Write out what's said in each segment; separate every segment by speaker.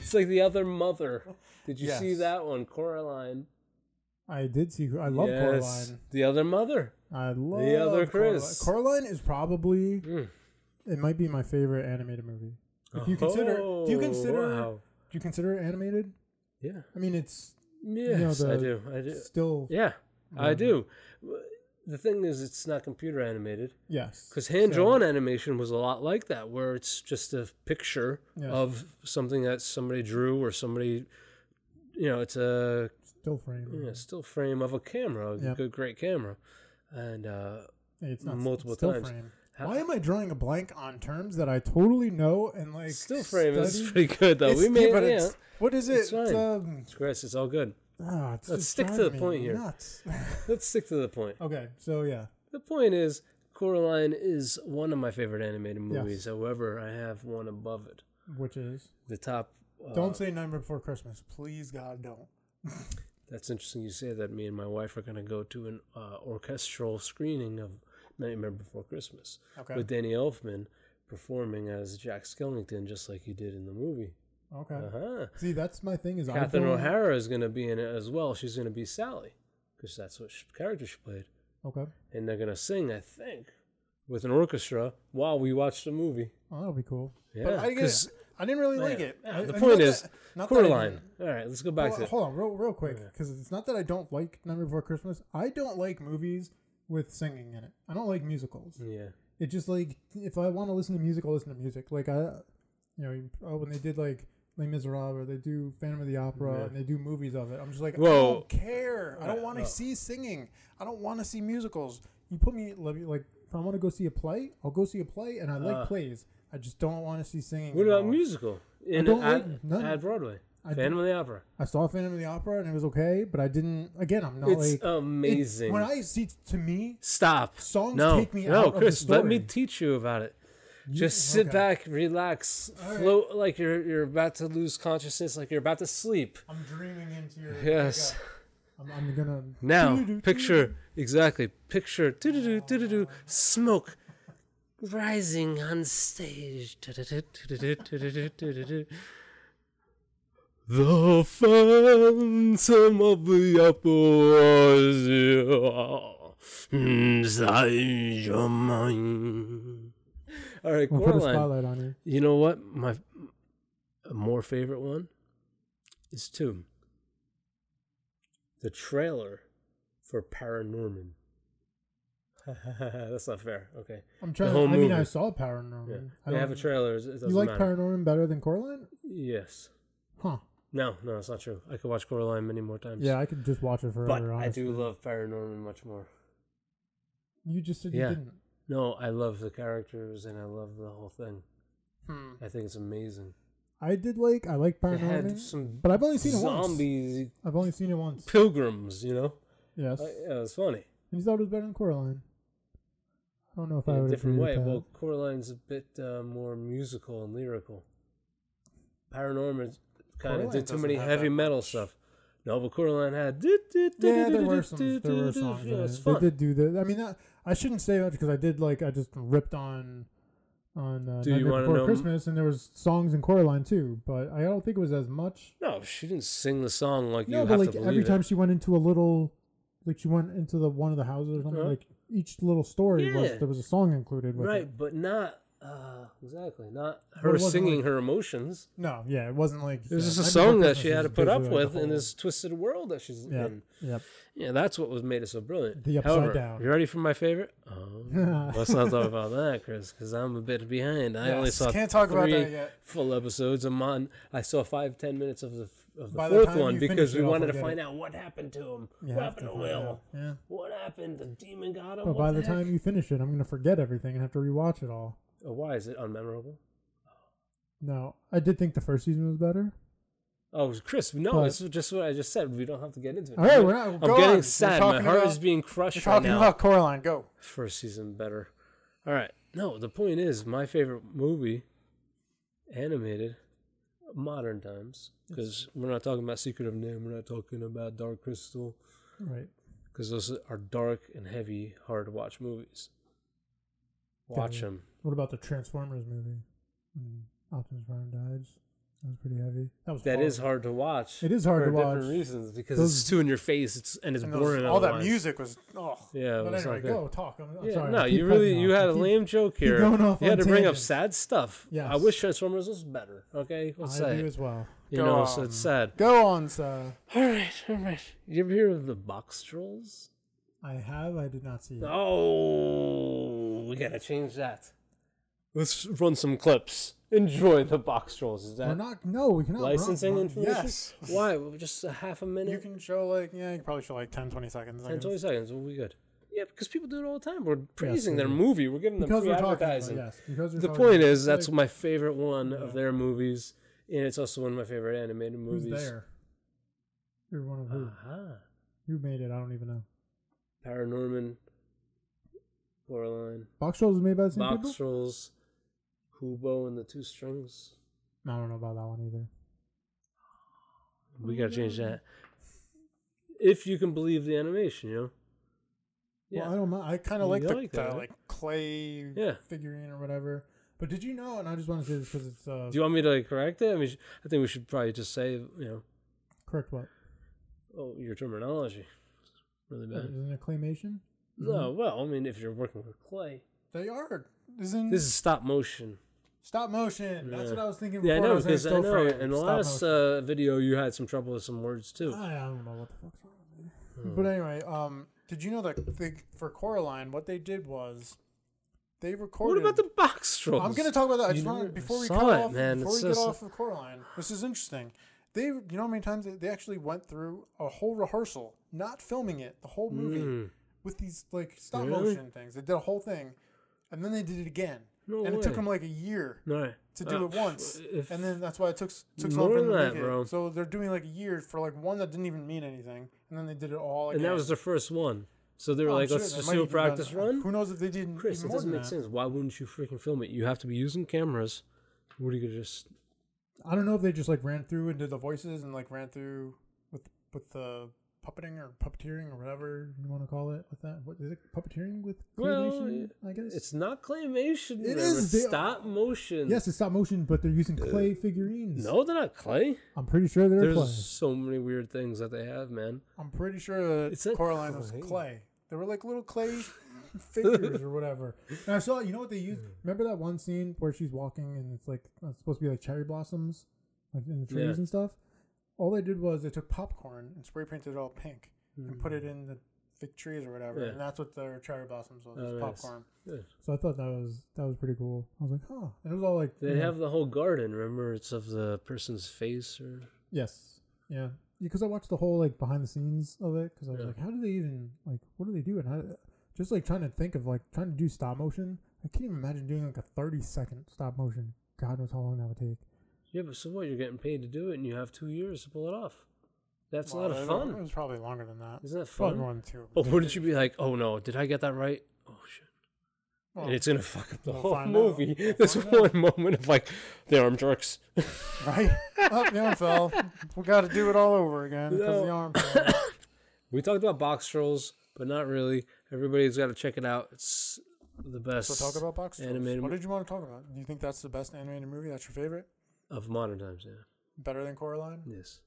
Speaker 1: It's like the other mother. Did you see
Speaker 2: Yes.
Speaker 1: that one, Coraline?
Speaker 2: I did see. I love
Speaker 1: Yes,
Speaker 2: Coraline.
Speaker 1: The other mother.
Speaker 2: I love
Speaker 1: other Chris.
Speaker 2: Coraline. Coraline is probably
Speaker 1: Mm.
Speaker 2: it might be my favorite animated movie. If you consider, do you
Speaker 1: Oh,
Speaker 2: consider,
Speaker 1: wow.
Speaker 2: do you consider it animated?
Speaker 1: Yeah.
Speaker 2: I mean, it's
Speaker 1: Yes, I
Speaker 2: the-
Speaker 1: do. I do.
Speaker 2: still
Speaker 1: Yeah, I do. The thing is, it's not computer animated
Speaker 2: yes,
Speaker 1: because hand-drawn animation was a lot like that, where it's just a picture
Speaker 2: Yes.
Speaker 1: of something that somebody drew or somebody, you know, it's a
Speaker 2: still frame.
Speaker 1: you know, still frame of a camera, a
Speaker 2: Yep.
Speaker 1: good, great camera, and uh,
Speaker 2: Hey, It's not
Speaker 1: multiple
Speaker 2: still
Speaker 1: times.
Speaker 2: Frame.
Speaker 1: How-
Speaker 2: Why am I drawing a blank on terms that I totally know and like
Speaker 1: still frame is
Speaker 2: studied?
Speaker 1: pretty good though.
Speaker 2: It's-
Speaker 1: we
Speaker 2: yeah,
Speaker 1: made
Speaker 2: but
Speaker 1: it. Yeah.
Speaker 2: it's- What is it?
Speaker 1: It's fine.
Speaker 2: um,
Speaker 1: It's Chris, it's all good.
Speaker 2: ah, it's
Speaker 1: Let's
Speaker 2: just
Speaker 1: stick to
Speaker 2: driving
Speaker 1: the
Speaker 2: me
Speaker 1: point here.
Speaker 2: nuts.
Speaker 1: Let's stick to the point.
Speaker 2: okay, so yeah,
Speaker 1: The point is, Coraline is one of my favorite animated
Speaker 2: Yes.
Speaker 1: movies. However, I have one above it.
Speaker 2: which is
Speaker 1: The top. Uh,
Speaker 2: don't say number before Christmas, please God, don't.
Speaker 1: That's interesting you say that. Me and my wife are going to go to an uh, orchestral screening of Nightmare Before Christmas
Speaker 2: Okay,
Speaker 1: with Danny Elfman performing as Jack Skellington, just like he did in the movie.
Speaker 2: okay.
Speaker 1: Uh huh.
Speaker 2: See, that's my thing is
Speaker 1: Catherine
Speaker 2: I don't,
Speaker 1: O'Hara is going to be in it as well. She's going to be Sally because that's what sh character she played.
Speaker 2: Okay,
Speaker 1: And they're going to sing, I think, with an orchestra while we watch the movie.
Speaker 2: well, Oh, that'll be cool.
Speaker 1: Yeah,
Speaker 2: but I, guess
Speaker 1: 'cause-
Speaker 2: I didn't really
Speaker 1: Yeah.
Speaker 2: like it.
Speaker 1: Yeah,
Speaker 2: I-
Speaker 1: the
Speaker 2: I-
Speaker 1: point
Speaker 2: not
Speaker 1: is,
Speaker 2: that- not that I
Speaker 1: Coraline.
Speaker 2: didn't-
Speaker 1: All right, let's go back
Speaker 2: hold,
Speaker 1: to it.
Speaker 2: hold on, real, real quick,
Speaker 1: Okay.
Speaker 2: because it's not that I don't like Number Before Christmas. I don't like movies with singing in it. I don't like musicals.
Speaker 1: Yeah.
Speaker 2: It just like if I want to listen to music, I'll listen to music. Like I, you know, you- oh, when they did like Les Miserables, or they do Phantom of the Opera,
Speaker 1: Yeah.
Speaker 2: and they do movies of it. I'm just like, I
Speaker 1: Whoa.
Speaker 2: don't care. I don't want to
Speaker 1: Uh, uh.
Speaker 2: see singing. I don't want to see musicals. You put me let me- like if I want to go see a play, I'll go see a play, and I like
Speaker 1: Uh.
Speaker 2: plays. I just don't want to see singing.
Speaker 1: What about
Speaker 2: involved.
Speaker 1: musical? In
Speaker 2: don't
Speaker 1: at,
Speaker 2: like none.
Speaker 1: at Broadway.
Speaker 2: I d-
Speaker 1: Phantom of the Opera.
Speaker 2: I saw Phantom of the Opera and it was okay, but I didn't. Again, I'm not
Speaker 1: It's
Speaker 2: like
Speaker 1: amazing.
Speaker 2: It, when I see to me,
Speaker 1: Stop.
Speaker 2: Songs
Speaker 1: no,
Speaker 2: take me
Speaker 1: no,
Speaker 2: out of the
Speaker 1: Chris, let me
Speaker 2: story.
Speaker 1: teach you about it. Just sit
Speaker 2: okay.
Speaker 1: back, relax,
Speaker 2: right.
Speaker 1: float like you're you're about to lose consciousness, like you're about to sleep.
Speaker 2: I'm dreaming into your.
Speaker 1: Yes.
Speaker 2: I'm, I'm gonna
Speaker 1: Now
Speaker 2: Doo-doo-doo,
Speaker 1: picture exactly picture doo doo doo doo doo doo smoke rising on stage. Doo-doo-doo, doo-doo-doo, doo-doo-doo, doo-doo-doo. The Phantom of the Opera is here inside your mind. All right,
Speaker 2: We'll put a
Speaker 1: Coraline.
Speaker 2: spotlight on you.
Speaker 1: You know what? My a more favorite one is two. The trailer for Paranorman. That's not fair. Okay,
Speaker 2: I'm trying.
Speaker 1: whole
Speaker 2: I mean,
Speaker 1: movie.
Speaker 2: I saw Paranorman.
Speaker 1: yeah.
Speaker 2: Mm-hmm. I
Speaker 1: they
Speaker 2: don't-
Speaker 1: have a trailer. It it doesn't
Speaker 2: You like
Speaker 1: matter.
Speaker 2: Paranorman better than Coraline?
Speaker 1: yes.
Speaker 2: Huh?
Speaker 1: No, no, it's not true. I could watch Coraline many more times.
Speaker 2: Yeah, I could just watch it forever.
Speaker 1: but I
Speaker 2: honestly.
Speaker 1: do love Paranorman much more.
Speaker 2: You just said
Speaker 1: Yeah.
Speaker 2: you didn't.
Speaker 1: No, I love the characters and I love the whole thing.
Speaker 2: Hmm.
Speaker 1: I think it's amazing.
Speaker 2: I did like. I like
Speaker 1: They had
Speaker 2: Paranorman,
Speaker 1: some
Speaker 2: but I've only seen it once.
Speaker 1: zombies,
Speaker 2: I've only seen it once.
Speaker 1: pilgrims. You know,
Speaker 2: Yes,
Speaker 1: Uh, yeah, it was funny.
Speaker 2: and you thought it was better than Coraline. I don't know if I
Speaker 1: in
Speaker 2: would
Speaker 1: a different
Speaker 2: agree
Speaker 1: way.
Speaker 2: With that.
Speaker 1: Well, Coraline's a bit uh, more musical and lyrical. Paranormal kind
Speaker 2: Coraline
Speaker 1: of did too
Speaker 2: doesn't
Speaker 1: many
Speaker 2: have
Speaker 1: heavy
Speaker 2: that
Speaker 1: metal stuff. No, but Coraline had. do- do- do-
Speaker 2: yeah,
Speaker 1: do-
Speaker 2: there
Speaker 1: do-
Speaker 2: were
Speaker 1: do-
Speaker 2: some
Speaker 1: do-
Speaker 2: there were
Speaker 1: do- do-
Speaker 2: songs.
Speaker 1: do. Yeah,
Speaker 2: in
Speaker 1: It's
Speaker 2: it.
Speaker 1: fun.
Speaker 2: They did do that. I mean, that, I shouldn't say much because I did like I just ripped on on uh,
Speaker 1: Do you
Speaker 2: Nightmare
Speaker 1: wanna
Speaker 2: Before
Speaker 1: know-
Speaker 2: Christmas, and there was songs in Coraline too, but I don't think it was as much.
Speaker 1: No, she didn't sing the song like
Speaker 2: no,
Speaker 1: you
Speaker 2: but
Speaker 1: have
Speaker 2: like
Speaker 1: to
Speaker 2: every
Speaker 1: believe
Speaker 2: time
Speaker 1: it.
Speaker 2: she went into a little, like she went into the one of the houses or something.
Speaker 1: Uh-huh.
Speaker 2: Like each little story
Speaker 1: Yeah.
Speaker 2: was there was a song included with it.
Speaker 1: Right, but not uh, exactly not
Speaker 2: it
Speaker 1: her
Speaker 2: wasn't
Speaker 1: singing
Speaker 2: like-
Speaker 1: her emotions.
Speaker 2: No, yeah, it wasn't like
Speaker 1: It was
Speaker 2: yeah,
Speaker 1: just a
Speaker 2: Nightmare Before
Speaker 1: song that
Speaker 2: Christmas
Speaker 1: she had
Speaker 2: is
Speaker 1: to put up
Speaker 2: basically like a
Speaker 1: with in
Speaker 2: whole-
Speaker 1: this twisted world that she's
Speaker 2: Yeah,
Speaker 1: in.
Speaker 2: yep.
Speaker 1: Yeah, that's what was made it so brilliant.
Speaker 2: The Upside
Speaker 1: However,
Speaker 2: Down.
Speaker 1: You ready for my favorite? Oh, let's not talk about that, Chris, because I'm a bit behind. I only
Speaker 2: Yes,
Speaker 1: saw
Speaker 2: can't talk about
Speaker 1: three
Speaker 2: that yet.
Speaker 1: full episodes. I'm on. I saw five, ten minutes of the of the
Speaker 2: By the
Speaker 1: fourth
Speaker 2: time
Speaker 1: one
Speaker 2: you
Speaker 1: because
Speaker 2: finish
Speaker 1: we
Speaker 2: it, I'll
Speaker 1: wanted to
Speaker 2: forget
Speaker 1: find out what happened to him.
Speaker 2: You
Speaker 1: what
Speaker 2: have
Speaker 1: happened
Speaker 2: to
Speaker 1: to
Speaker 2: find
Speaker 1: Will?
Speaker 2: out. Yeah.
Speaker 1: What happened? The demon got him.
Speaker 2: But
Speaker 1: What
Speaker 2: by the
Speaker 1: heck?
Speaker 2: time you finish it, I'm gonna forget everything and have to rewatch it all.
Speaker 1: oh, why is it unmemorable?
Speaker 2: No, I did think the first season was better.
Speaker 1: Oh, Chris, no,
Speaker 2: But-
Speaker 1: this is just what I just said. We don't have to get into it.
Speaker 2: All right,
Speaker 1: I'm-
Speaker 2: we're not-
Speaker 1: I'm
Speaker 2: go
Speaker 1: getting
Speaker 2: on. We're
Speaker 1: sad. My
Speaker 2: talking
Speaker 1: heart
Speaker 2: about-
Speaker 1: is being crushed right
Speaker 2: Talking
Speaker 1: now.
Speaker 2: about Coraline, go.
Speaker 1: first season better. All right. No, the point is my favorite movie, animated, modern times, because we're not talking about Secret of Nim, we're not talking about Dark Crystal,
Speaker 2: Right.
Speaker 1: because those are dark and heavy, hard to watch movies. Watch
Speaker 2: Gotcha.
Speaker 1: them.
Speaker 2: What about the Transformers movie? When Optimus Prime dies. That was pretty heavy. That was
Speaker 1: That
Speaker 2: hard.
Speaker 1: is hard to watch.
Speaker 2: It is hard
Speaker 1: for
Speaker 2: to watch.
Speaker 1: different reasons because
Speaker 2: Those-
Speaker 1: it's too in your face. It's and it's
Speaker 3: And
Speaker 1: boring.
Speaker 3: those, all that
Speaker 1: otherwise.
Speaker 3: music was oh.
Speaker 1: Yeah, it
Speaker 2: But
Speaker 1: was
Speaker 2: anyway,
Speaker 1: not good.
Speaker 2: go talk. I'm, I'm
Speaker 1: Yeah,
Speaker 2: sorry. I
Speaker 1: no,
Speaker 2: keep
Speaker 1: you
Speaker 2: cutting
Speaker 1: really you
Speaker 2: off. I
Speaker 1: had a
Speaker 2: keep-
Speaker 1: lame joke here.
Speaker 2: going off
Speaker 1: you had to
Speaker 2: on
Speaker 1: bring up
Speaker 2: tangents.
Speaker 1: sad stuff.
Speaker 2: Yes.
Speaker 1: I wish Transformers was better. Okay, we'll
Speaker 2: I
Speaker 1: say
Speaker 2: do
Speaker 1: it.
Speaker 2: as well.
Speaker 1: you
Speaker 3: Go
Speaker 1: know
Speaker 3: on.
Speaker 1: so it's sad.
Speaker 3: Go on, sir.
Speaker 1: All right, all right. You ever hear of the box trolls?
Speaker 2: I have. I did not see it.
Speaker 1: Oh, we gotta change that. Let's run some clips. Enjoy the box trolls. Is
Speaker 2: We're
Speaker 1: that
Speaker 2: not. No, we cannot. run-
Speaker 1: licensing
Speaker 2: run-
Speaker 1: information?
Speaker 3: Yes.
Speaker 1: Why? Just a half a minute.
Speaker 3: You can show like yeah, you can probably show like 10, 20 seconds.
Speaker 1: 10, 20 seconds. We'll be good. Yeah, because people do it all the time. We're praising
Speaker 2: they
Speaker 1: their
Speaker 2: do.
Speaker 1: movie. We're giving them
Speaker 2: Because
Speaker 1: free
Speaker 2: we're talking. About,
Speaker 1: advertising.
Speaker 2: yes. Because we're
Speaker 1: The
Speaker 2: talking
Speaker 1: point
Speaker 2: about-
Speaker 1: is, that's
Speaker 2: like,
Speaker 1: my favorite one of their movies, and it's also one of my favorite animated
Speaker 2: who's
Speaker 1: movies.
Speaker 2: there. You're one of who?
Speaker 1: Uh-huh.
Speaker 2: Who made it? I don't even know.
Speaker 1: Paranorman, Coraline,
Speaker 2: Box Trolls was made by the same people.
Speaker 1: Box Trolls, Hubo, and the Two Strings.
Speaker 2: No, I don't know about that one either.
Speaker 1: We gotta change that. If you can believe the animation, you know. Yeah.
Speaker 2: Well, I don't. mi- I
Speaker 3: Kind
Speaker 2: kind
Speaker 3: of
Speaker 2: of.
Speaker 3: like
Speaker 1: You
Speaker 3: the,
Speaker 1: like
Speaker 3: the,
Speaker 1: that.
Speaker 3: like clay
Speaker 1: yeah.
Speaker 2: figurine or whatever. But did you know? And I just want to say this because it's uh,
Speaker 1: Do you want me to like, correct it? I mean, sh- I think we should probably just say, you know,
Speaker 2: correct. What
Speaker 1: oh, your terminology, really
Speaker 2: is
Speaker 3: Mm-hmm.
Speaker 1: bad.
Speaker 2: an acclamation?
Speaker 1: No, well, I mean, if you're working with clay,
Speaker 3: They are. Isn't
Speaker 1: this is stop motion.
Speaker 3: stop motion? That's
Speaker 1: Yeah.
Speaker 3: what I was thinking.
Speaker 1: Yeah, I
Speaker 3: before
Speaker 1: know
Speaker 3: was saying
Speaker 1: because I
Speaker 3: still
Speaker 1: know
Speaker 3: frame,
Speaker 1: in the
Speaker 3: stop
Speaker 1: last
Speaker 3: motion. Ah,
Speaker 1: uh, video you had some trouble with some words too.
Speaker 2: I, I don't know what the fuck's wrong with me.
Speaker 1: Hmm.
Speaker 3: But anyway, um, did you know that they, for Coraline, what they did was they recorded.
Speaker 1: What about the box trolls?
Speaker 3: I'm gonna talk about that. I
Speaker 1: You
Speaker 3: just
Speaker 1: never
Speaker 3: want before we
Speaker 1: saw
Speaker 3: cut
Speaker 1: it,
Speaker 3: off,
Speaker 1: man.
Speaker 3: before
Speaker 1: It's
Speaker 3: we get
Speaker 1: so-
Speaker 3: off of Coraline. This is interesting. They, you know, how many times they, they actually went through a whole rehearsal, not filming it, the whole movie
Speaker 1: Mm.
Speaker 3: with these like stop
Speaker 1: Really?
Speaker 3: motion things. They did a whole thing, and then they did it again,
Speaker 1: No
Speaker 3: and it took
Speaker 1: way.
Speaker 3: them like a year
Speaker 1: No,
Speaker 3: to do
Speaker 1: Uh,
Speaker 3: it once,
Speaker 1: if-
Speaker 3: and then that's why it took s- took so
Speaker 1: More
Speaker 3: long for them
Speaker 1: than
Speaker 3: to
Speaker 1: that,
Speaker 3: make
Speaker 1: bro.
Speaker 3: it. So they're doing like a year for like one that didn't even mean anything, and then they did it all. Again.
Speaker 1: and that was their first one. So they were
Speaker 3: Oh, I'm
Speaker 1: like,
Speaker 3: sure
Speaker 1: let's
Speaker 3: they
Speaker 1: just
Speaker 3: might
Speaker 1: do a
Speaker 3: even done-
Speaker 1: practice run.
Speaker 3: Who knows if they did
Speaker 1: Chris,
Speaker 3: even
Speaker 1: it
Speaker 3: more
Speaker 1: doesn't
Speaker 3: than
Speaker 1: make
Speaker 3: that.
Speaker 1: sense. Why wouldn't you freaking film it? You have to be using cameras. What are you gonna just?
Speaker 2: I don't know if they just like ran through
Speaker 3: through and did the voices and like ran through with with the puppeting or puppeteering or whatever.
Speaker 2: you want to call it with that. What is it? Puppeteering with
Speaker 1: Well,
Speaker 2: claymation? I guess
Speaker 1: It's not claymation.
Speaker 2: It
Speaker 1: It
Speaker 2: is,
Speaker 1: is
Speaker 2: they-
Speaker 1: stop motion.
Speaker 2: yes, it's stop motion, but they're using clay figurines.
Speaker 1: Uh, No, they're not clay.
Speaker 2: I'm pretty sure they're
Speaker 1: There's
Speaker 2: clay.
Speaker 1: so many weird things that they have, man.
Speaker 3: I'm pretty sure that
Speaker 1: It's not
Speaker 3: Coraline was
Speaker 1: clay.
Speaker 3: clay. They were like little clay.
Speaker 2: figures or whatever. And I saw, you know what they used? Remember that one scene where she's walking and it's like it's supposed to be like cherry blossoms, like in the trees
Speaker 1: Yeah.
Speaker 2: and stuff. All they did was they took pop.
Speaker 3: popcorn and spray painted it all pink and put it in the fig trees or whatever.
Speaker 1: Yeah.
Speaker 3: And that's what their cherry blossoms was,
Speaker 1: Oh,
Speaker 3: was
Speaker 1: nice.
Speaker 3: popcorn.
Speaker 2: So I thought that was that was pretty cool. I was like, huh. And it was all like
Speaker 1: They
Speaker 2: you know,
Speaker 1: have the whole garden. Remember, it's of the person's face or
Speaker 2: yes, yeah. Because I watched the whole like behind the scenes of it because I was
Speaker 1: Yeah.
Speaker 2: like, how do they even like what do they do? And how just like trying to think of like trying to do stop motion. I can't even imagine doing like a thirty second stop motion. God knows how long that would take.
Speaker 1: Yeah, but so what? You're getting paid to do it, and you have two years to pull it off. That's
Speaker 3: Well,
Speaker 1: a lot
Speaker 3: I
Speaker 1: of
Speaker 3: don't- It
Speaker 1: fun.
Speaker 3: was probably longer than that.
Speaker 1: Isn't that
Speaker 3: Probably
Speaker 1: fun?
Speaker 3: more than two.
Speaker 1: But wouldn't you be like, oh no, did I get that right? Oh shit.
Speaker 3: Well,
Speaker 1: and it's gonna fuck up the
Speaker 3: we'll
Speaker 1: whole
Speaker 3: find out.
Speaker 1: movie.
Speaker 3: We'll
Speaker 1: this
Speaker 3: find
Speaker 1: one moment of like, the arm jerks.
Speaker 3: right? oh, the arm fell. We got to do it all over again because
Speaker 1: No.
Speaker 3: the arm fell.
Speaker 1: We talked about box trolls, but not really. Everybody's got to check it out. It's the best
Speaker 3: So talk about box animated.
Speaker 1: Animated
Speaker 3: What
Speaker 1: mo-
Speaker 3: did you want to talk about? Do you think that's the best animated movie? That's your favorite?
Speaker 1: of modern times. Yeah,
Speaker 3: Better than Coraline?
Speaker 1: yes,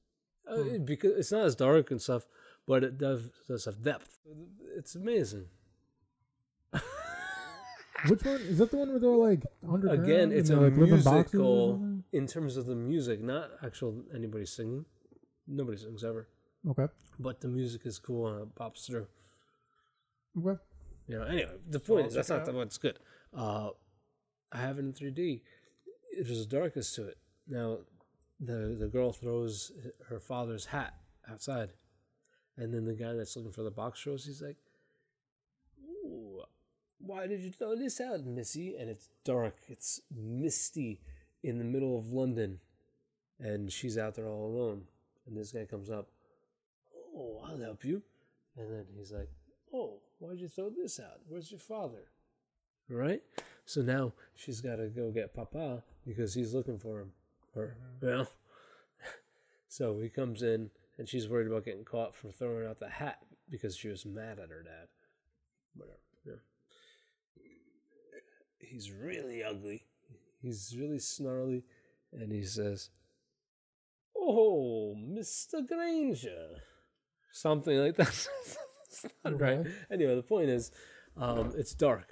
Speaker 1: uh,
Speaker 3: Hmm.
Speaker 1: it- because it's not as dark and stuff, but it does, does have depth. It's amazing.
Speaker 2: Which one is that? The one where they're like underground?
Speaker 1: Again,
Speaker 2: and
Speaker 1: it's a
Speaker 2: they're, like, live in boxes or
Speaker 1: musical
Speaker 2: something?
Speaker 1: in terms of the music, not actual anybody singing. Nobody sings ever,
Speaker 2: Okay.
Speaker 1: but the music is cool uh, and it pops through.
Speaker 2: Okay.
Speaker 1: You know, anyway, the point
Speaker 3: I'll
Speaker 1: is that's
Speaker 3: check it
Speaker 1: not the
Speaker 3: out.
Speaker 1: what's good. Uh, I have it in 3D. There's a darkness to it. Now, the the girl throws her father's hat outside, and then the guy that's looking for the box throws. He's like, Ooh, "Why did you throw this out, Missy?" And it's dark. It's misty in the middle of London, and she's out there all alone. And this guy comes up. Oh, I'll help you. And then he's like, Oh, why'd you throw this out? Where's your father? Right? So now she's got to go get Papa because he's looking for him. Her. You know? So he comes in and she's worried about getting caught for throwing out the hat because she was mad at her dad. Whatever. Yeah. He's really ugly. He's really snarly. And he says, oh, Mr. Granger. Something like that.
Speaker 2: Mm-hmm.
Speaker 1: It's not right. Anyway, the point is, um, it's dark.